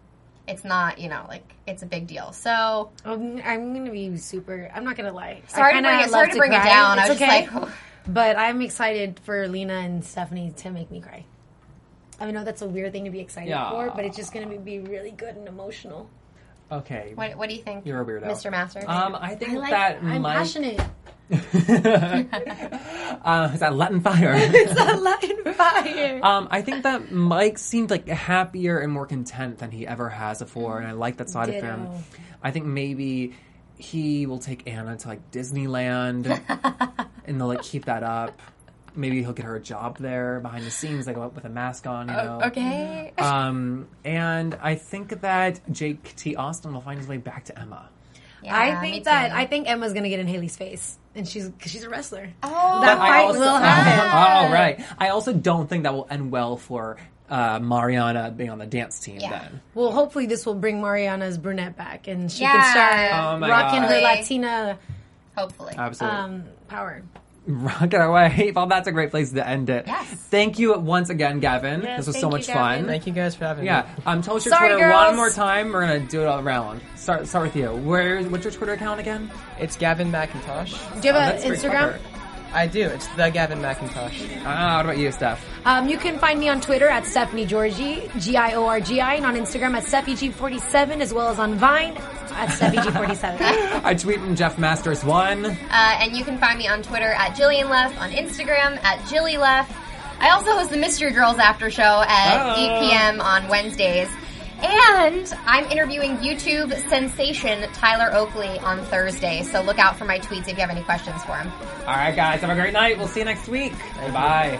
Speaker 5: It's not, you know, like it's a big deal. So
Speaker 3: I'm, I'm gonna be super. I'm not gonna lie. I
Speaker 5: sorry to
Speaker 3: kinda
Speaker 5: bring it,
Speaker 3: love
Speaker 5: sorry to bring it
Speaker 3: cry.
Speaker 5: down. I
Speaker 3: It's
Speaker 5: was
Speaker 3: okay.
Speaker 5: just like.
Speaker 3: but I'm excited for Lena and Stephanie to make me cry. I know that's a weird thing to be excited
Speaker 2: Yeah.
Speaker 3: for, but it's just gonna be, be really good and emotional.
Speaker 2: Okay.
Speaker 5: What, what do you think?
Speaker 2: You're a weirdo.
Speaker 5: Mr. Masters.
Speaker 2: Um, I think
Speaker 3: I like.
Speaker 2: that
Speaker 3: I'm
Speaker 2: Mike
Speaker 3: passionate.
Speaker 2: uh, is that Latin fire?
Speaker 3: Light fire.
Speaker 2: Um, I think that Mike seemed like happier and more content than he ever has before, and I like that side of him.
Speaker 3: Ditto.
Speaker 2: I think maybe he will take Anna to like Disneyland, and they'll like keep that up. Maybe he'll get her a job there behind the scenes, like with a mask on, you know.
Speaker 5: okay.
Speaker 3: uh,
Speaker 2: Um, and I think that Jake T. Austin will find his way back to Emma.
Speaker 3: I
Speaker 5: Yeah, me
Speaker 3: think that
Speaker 5: too.
Speaker 3: I think Emma's gonna get in Haley's face, and she's because she's a wrestler.
Speaker 5: Oh.
Speaker 3: that
Speaker 2: But I
Speaker 3: fight
Speaker 2: also-
Speaker 3: will happen.
Speaker 2: Uh-huh. All right. I also don't think that will end well for uh, Mariana being on the dance team.
Speaker 5: Yeah.
Speaker 2: Then
Speaker 3: Well, hopefully this will bring Mariana's brunette back, and she
Speaker 5: Yeah.
Speaker 3: can start
Speaker 2: Oh my
Speaker 3: rocking
Speaker 2: God.
Speaker 3: her Latina
Speaker 5: Hopefully.
Speaker 2: absolutely.
Speaker 3: um, power.
Speaker 2: rock it away. Well, that's a great place to end it.
Speaker 5: Yes.
Speaker 2: Thank you once again, Gavin.
Speaker 3: Yes,
Speaker 2: this was so
Speaker 3: thank you,
Speaker 2: much
Speaker 3: Gavin.
Speaker 2: fun.
Speaker 4: Thank you guys for having me.
Speaker 2: Yeah. Um, tell us your
Speaker 3: Sorry,
Speaker 2: Twitter one
Speaker 3: girls.
Speaker 2: more time. We're gonna do it all around. Start start with you. Where? What's your Twitter account again? Oh,
Speaker 4: It's Gavin McIntosh.
Speaker 3: Do you have
Speaker 2: That's
Speaker 3: an
Speaker 2: pretty
Speaker 3: Uh, Instagram?
Speaker 2: clever.
Speaker 4: I do. It's the Gavin McIntosh.
Speaker 2: Ah, what about you, Steph?
Speaker 3: Um, you can find me on Twitter at Stephanie Georgie, G I O R G I, and on Instagram at SteffiG47, as well as on Vine at SteffiG47.
Speaker 2: I tweet from Jeff Masters one.
Speaker 5: Uh, and you can find me on Twitter at Jillian Left, on Instagram at Jilly Left. I also host the Mystery Girls After Show at
Speaker 2: Oh.
Speaker 5: 8 p.m. on Wednesdays. And I'm interviewing YouTube sensation Tyler Oakley on Thursday, so look out for my tweets if you have any questions for him.
Speaker 2: All right, guys, have a great night. We'll see you next week. Bye.